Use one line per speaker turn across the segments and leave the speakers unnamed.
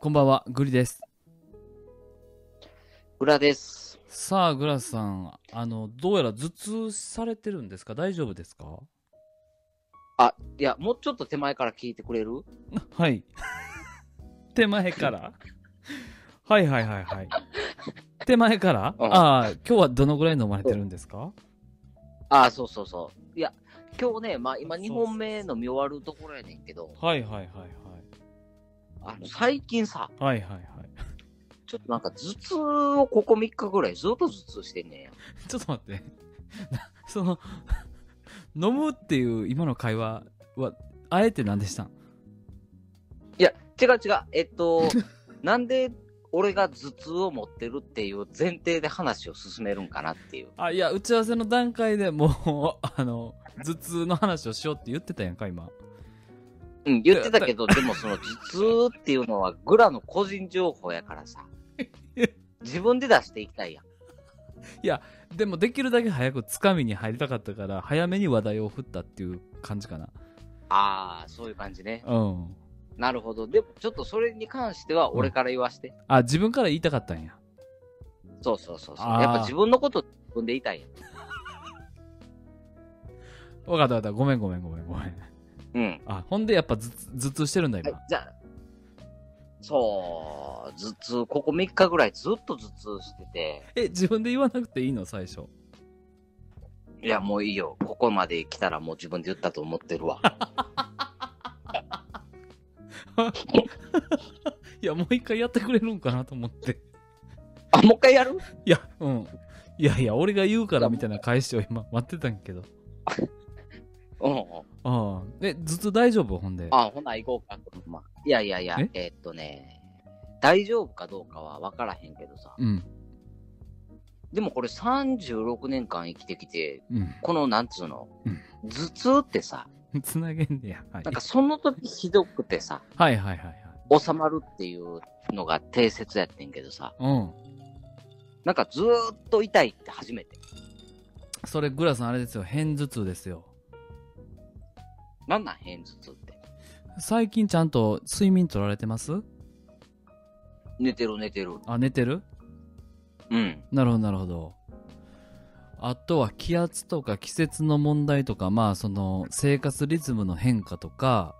こんばんは、グリです。
裏です。
さあ、グラさん、あの、どうやら頭痛されてるんですか大丈夫ですか
あ、いや、もうちょっと手前から聞いてくれる
はい。手前から はいはいはいはい。手前から
うん
ああ、今日はどのぐらい飲まれてるんですか
あ、そうそうそう。いや、今日ね、まあ今
そう
2本目飲み終わるところやねんけど、
はいはいはい
あの最近さ、
はい。はいはいはい。
ちょっとなんか頭痛をここ3日ぐらいずっと頭痛してんねんや。
ちょっと待って。 なその、飲むっていう今の会話は、あえて何でしたん
いや、違う違う。えっ と、なんで俺が頭痛を持ってるっていう前提で話を進めるんかなっていう。
あ、いや、打ち合わせの段階でもう、あの、頭痛の話をしようって言ってたやんか、今。
うん、言ってたけど、でもその頭痛っていうのはグラの個人情報や からさ、自分で出していきたいやん。
でもできるだけ早くつかみに入りたかったから早めに話題を振ったっていう感じかな
ああ、そういう感じね。
うん
なるほど。でも、ちょっとそれに関しては、俺から言わして。
あ自分から言いたかったんや
そうそうそうそう。
あー
やっぱ自分のこと自分で言いたいやん。
わかったわかったごめんごめんごめんごめん
うん。
あほんでやっぱ頭痛頭痛してるんだ今、
はい、じゃあ、そう、頭痛、ここ3日ぐらいずっと頭痛してて、
え自分で言わなくていいの最初
いや、もういいよ。ここまで来たらもう自分で言ったと思ってる わ。
いやもう一回やってくれるんかなと思って
あ、もう一回やる
いやうんいやいや俺が言うからみたいな返しを今待ってたんやけど
うんうん。
ああえ頭痛大丈夫ほんで
あ、ほな、行こうか。まあ、いやいやいや
え、
えーっとね、大丈夫かどうかは分からへんけどさ。
うん
でもこれ36年間生きてきて、
う
この、なんつうの
うん、
頭痛ってさ、
ん つなげんねや、はい、
なんかその時ひどくてさ、
はいはいはいはい
収まるっていうのが定説やってんけどさ、
うん
なんかずーっと痛いって初めて。
それグラさんあれですよ偏頭痛ですよ
なんなん偏頭痛って。
最近ちゃんと睡眠取られてます
寝てる寝てる。
あ、寝てる
うん。
なるほど、なるほど。あとは気圧とか季節の問題とか、まあその生活リズムの変化とか、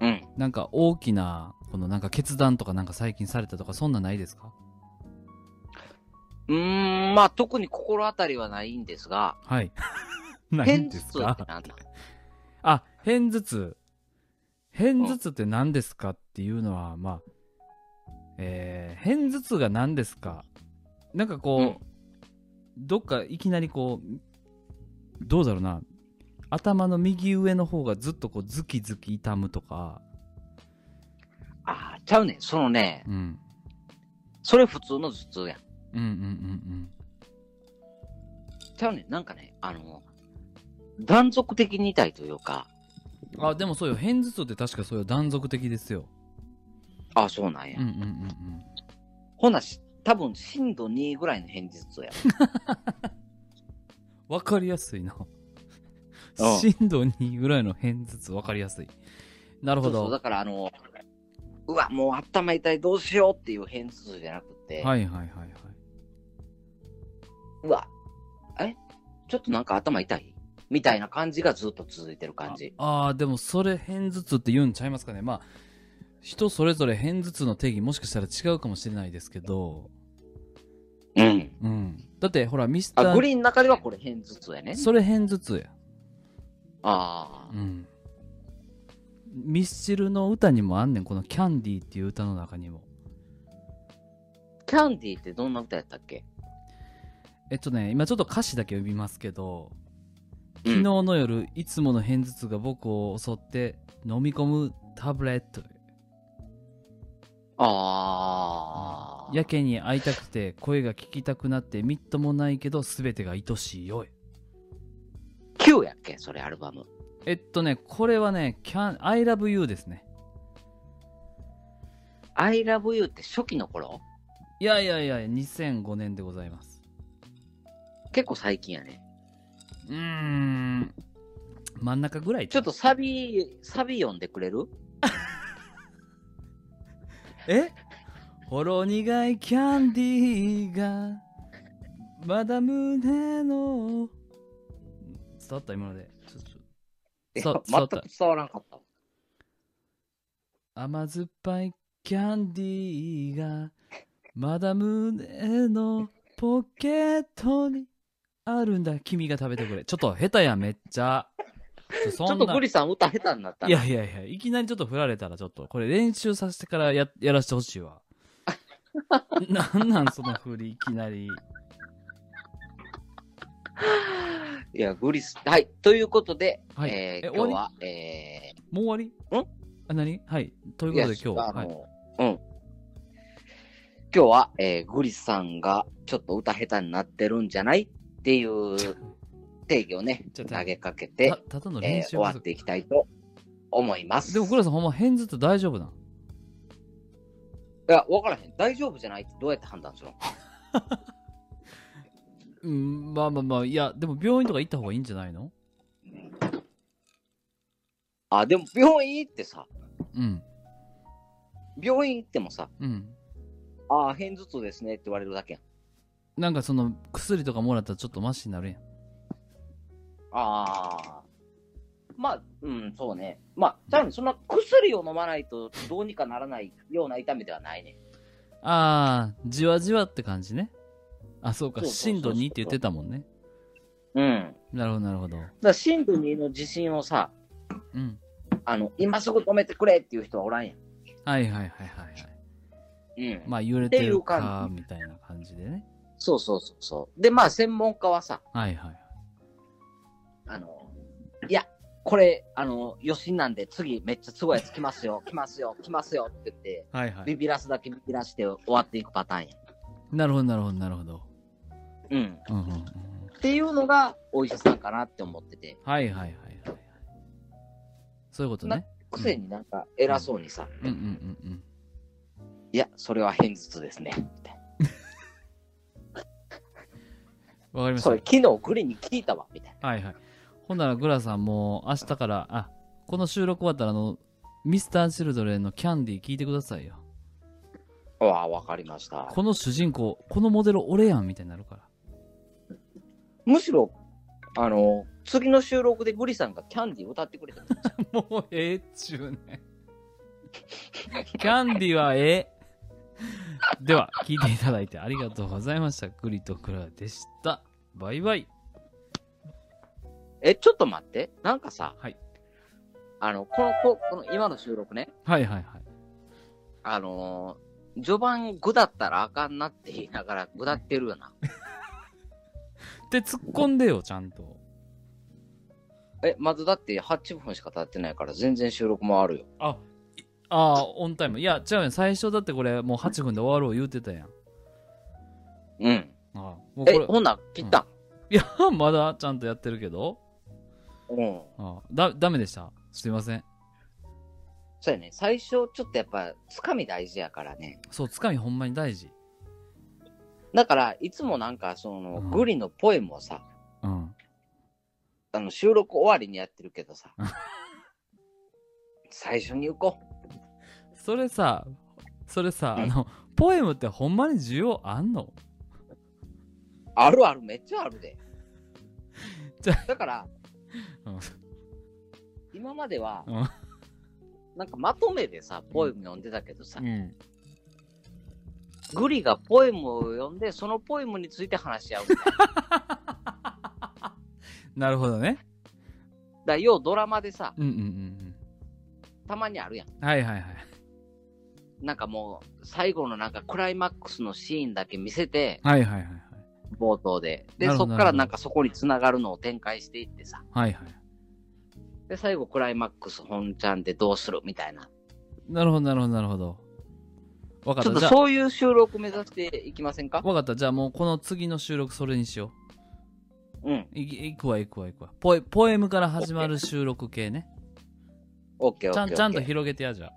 うん。
なんか大きな、このなんか決断とかなんか最近されたとか、そんなんないですか
うーん、まあ特に心当たりはないんですが、
はい。ないん
偏
で
頭
す
痛って
か
なんなん
あ、偏頭痛。偏頭痛って何ですかっていうのは、まあ、えー、偏頭痛が何ですかなんかこう、
うん
どっかいきなりこう、どうだろうな、頭の右上の方がずっとこう、ズキズキ痛むとか、
ああ、ちゃうねん。そのね、
うん、
それ普通の頭痛やん。
うんうんうん
ちゃうねん。なんかね、あの、断続的に痛いというか、
うん。あ、でもそうよ、偏頭痛って確かそうよ、断続的ですよ。
あそうなんや。
うんうんうんうん。
ほなし、多分震度2ぐらいの偏頭痛や。
わかりやすいな。
うん
震度2ぐらいの偏頭痛わかりやすい。なるほ
そうそう、
ど。
だからあの、うわ、もう頭痛い、どうしようっていう偏頭痛じゃなくて、
はいはいはいはい。
うわ、えちょっとなんか頭痛いみたいな感じがずっと続いてる感じ。
ああー、でもそれ偏頭痛って言うんちゃいますかね。まあ、人それぞれ偏頭痛の定義もしかしたら違うかもしれないですけど、
うん。
うん。だってほら、ミスタ
あ、グ
ー、
リーンの中ではこれ偏頭痛やね。
それ偏頭痛や。
あ
う
あ、
ん。ミスチルの歌にもあんねん、このキャンディーっていう歌の中にも。
キャンディーってどんな歌やったっけ
えっとね、今ちょっと歌詞だけ読みますけど、
うん
昨日の夜、いつもの片頭痛が僕を襲って飲み込むタブレット。
ああ、
やけに会いたくて声が聞きたくなってみっともないけど全てが愛しいよい。
Q やっけそれアルバム。
えっとね、これはね、can, I love you ですね。
I love you って初期の頃
いやいやいや、2005年でございます。
結構最近やね。
うーん。真ん中ぐらい
ちょっとサビ、サビ読んでくれる
えほろ苦いキャンディーが、まだ胸の、伝わった今ので。ちょちょ
い
そ
や
う
全く伝わらんかった。
甘酸っぱいキャンディーが、まだ胸のポケットにあるんだ。君が食べてくれ。ちょっと下手やん、めっちゃ。ちょ
ちょっとグリさん歌下手になった
い
な。
やいやいや、いきなりちょっと振られたらちょっと、これ練習させてからややらせてほしい わ。なんなんその振り、いきなり。
いや、グリス。はい。ということで、
はい
えー
え
今日は、え
もう終わり
ん
あ、何はい。とい
ー、
うことで今日、
あの、
はい、
うん。今日は、えー、グリスさんがちょっと歌下手になってるんじゃないっていう定義をね、
ち
投
ょっと
げかけて
た、ただの
え
練
ー
習
終
不
わっ
足
ていきたいと思います。
でも、
い
黒田さんほんま変ずっと大丈夫なん
や、わからへん。大丈夫じゃないってどうやって判断するの
うん、まあまあまあ、いや、でも病院とか行った方がいいんじゃないの
あ、でも病院行ってさ、
うん、
病院行ってもさ、
うん。
ああ、片頭痛ですねって言われるだけやん。
なんかその、薬とかもらったらちょっとマシになるやん。
ああ。まあ、うん、そうね。まあ、多分そんな薬を飲まないとどうにかならないような痛みではないね。
あー、じわじわって感じね。あ、そうか、
そうそうそうそ
震
う
度2って言ってたもんね。
うん。
なるほど、なるほど。
だから、深部にの地震をさ、
うん。
あの、今すぐ止めてくれっていう人はおらんやん。
はいはいはいはいはい。
うん。
まあ揺れてる
っていう
か
感
みたいな感じでね。
そうそうそうそう。で、まあ、専門家はさ、
はいはい。
あの、いや、これ、あの、余震なんで、次、めっちゃすごいやつ来ますよ、 来ますよ、来ますよって言って、
はいは
ビ。ビらすだけビビらして終わっていくパターンや。
なるほどなるほどなるほど。
うん。
うんうんうん。
っていうのが、お医者さんかなって思ってて、
はいはいはいはいはい。そういうことね。
くせになんか偉そうにさ、
うんうんうんうん。
いや、それは偏頭痛ですね。みたい
わかり
な
まし
それ、昨日グリに聞いたわ、みたいな。
た。はいはい。ほんならグラさんもう明日から、あ、この収録終わったらあの、ミスター・シルドレンのキャンディー聞いてくださいよ。
うわあ、わかりました。
この主人公、このモデル俺やんみたいになるから。
むしろ、あの、次の収録でグリさんがキャンディー歌ってくれて
もうええっちゅうね。キャンディーはええ。では、聞いていただいてありがとうございました。グリとクラでした。バイバイ。
え、ちょっと待って。なんかさ、
はい
あの、この、ここの今の収録ね、
はいはいはい。
あのー序盤ぐだったらあかんなって言いながらぐだってるよな。
で、突っ込んでよ、ちゃんと。
え、まずだって8分しか経ってないから全然収録もあるよ。
あ、いあー、オンタイム。いや、違うよ。最初だってこれ、もう8分で終わろう言うてたやん。
うん。
あーもうこ
え、
れ、
ほな、切った、
いや、 まだちゃんとやってるけど。
うん、
あーだ、ダメでした。すいません。
そうやね。最初ちょっとやっぱ、つかみ大事やからね。
そう、つかみほんまに大事。
だから、いつもなんか、その、
うん
グリのポエムをさ、
うん。
あの、収録終わりにやってるけどさ。 最初に行こう。
それさ、それさ、
うん
あの、ポエムってほんまに需要あんの
あるある、めっちゃあるで。
じゃ
だから、
うん
今までは、
うん
なんかまとめでさ、ポエム読んでたけどさ、
うん。
グリがポエムを読んで、そのポエムについて話し合う。だか
なるほどね。
ら、要ドラマでさ、
うんうんうん
たまにあるやん。
うん。はいはいはい。
なんかもう、最後のなんかクライマックスのシーンだけ見せて、
はいはいはいはい。
冒頭で。で、
なる
そ
ほど
っから
な
な
るほど
んかそこに繋がるのを展開していってさ、
はいはい。
で、最後クライマックス本ちゃんでどうするみたいな。
なるほどなるほどなるほど。わかっ。
ちょったと
じゃあ、
そういう収録目指していきませんか
わかった。じゃあもうこの次の収録それにしよ
うん。
う。いいくわいくわいくわ。ポエポエムから始まる収録系ね。
オッケーオ
ちゃ
ッ
ん
ケー。
ちゃんと広げてやじゃあ。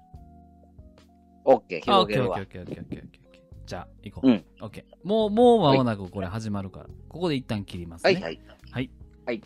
オッケー、
あ、オッ
広
ケー
げる
オッ
わ
ケーオ。ッケーオッケーオッケーオッケーオッケー。じゃあ、行こう。
うん
オッケー。もう、もう間もなくこれ始まるから。ここで一旦切ります
は
ね。
いはい。
はい。
はい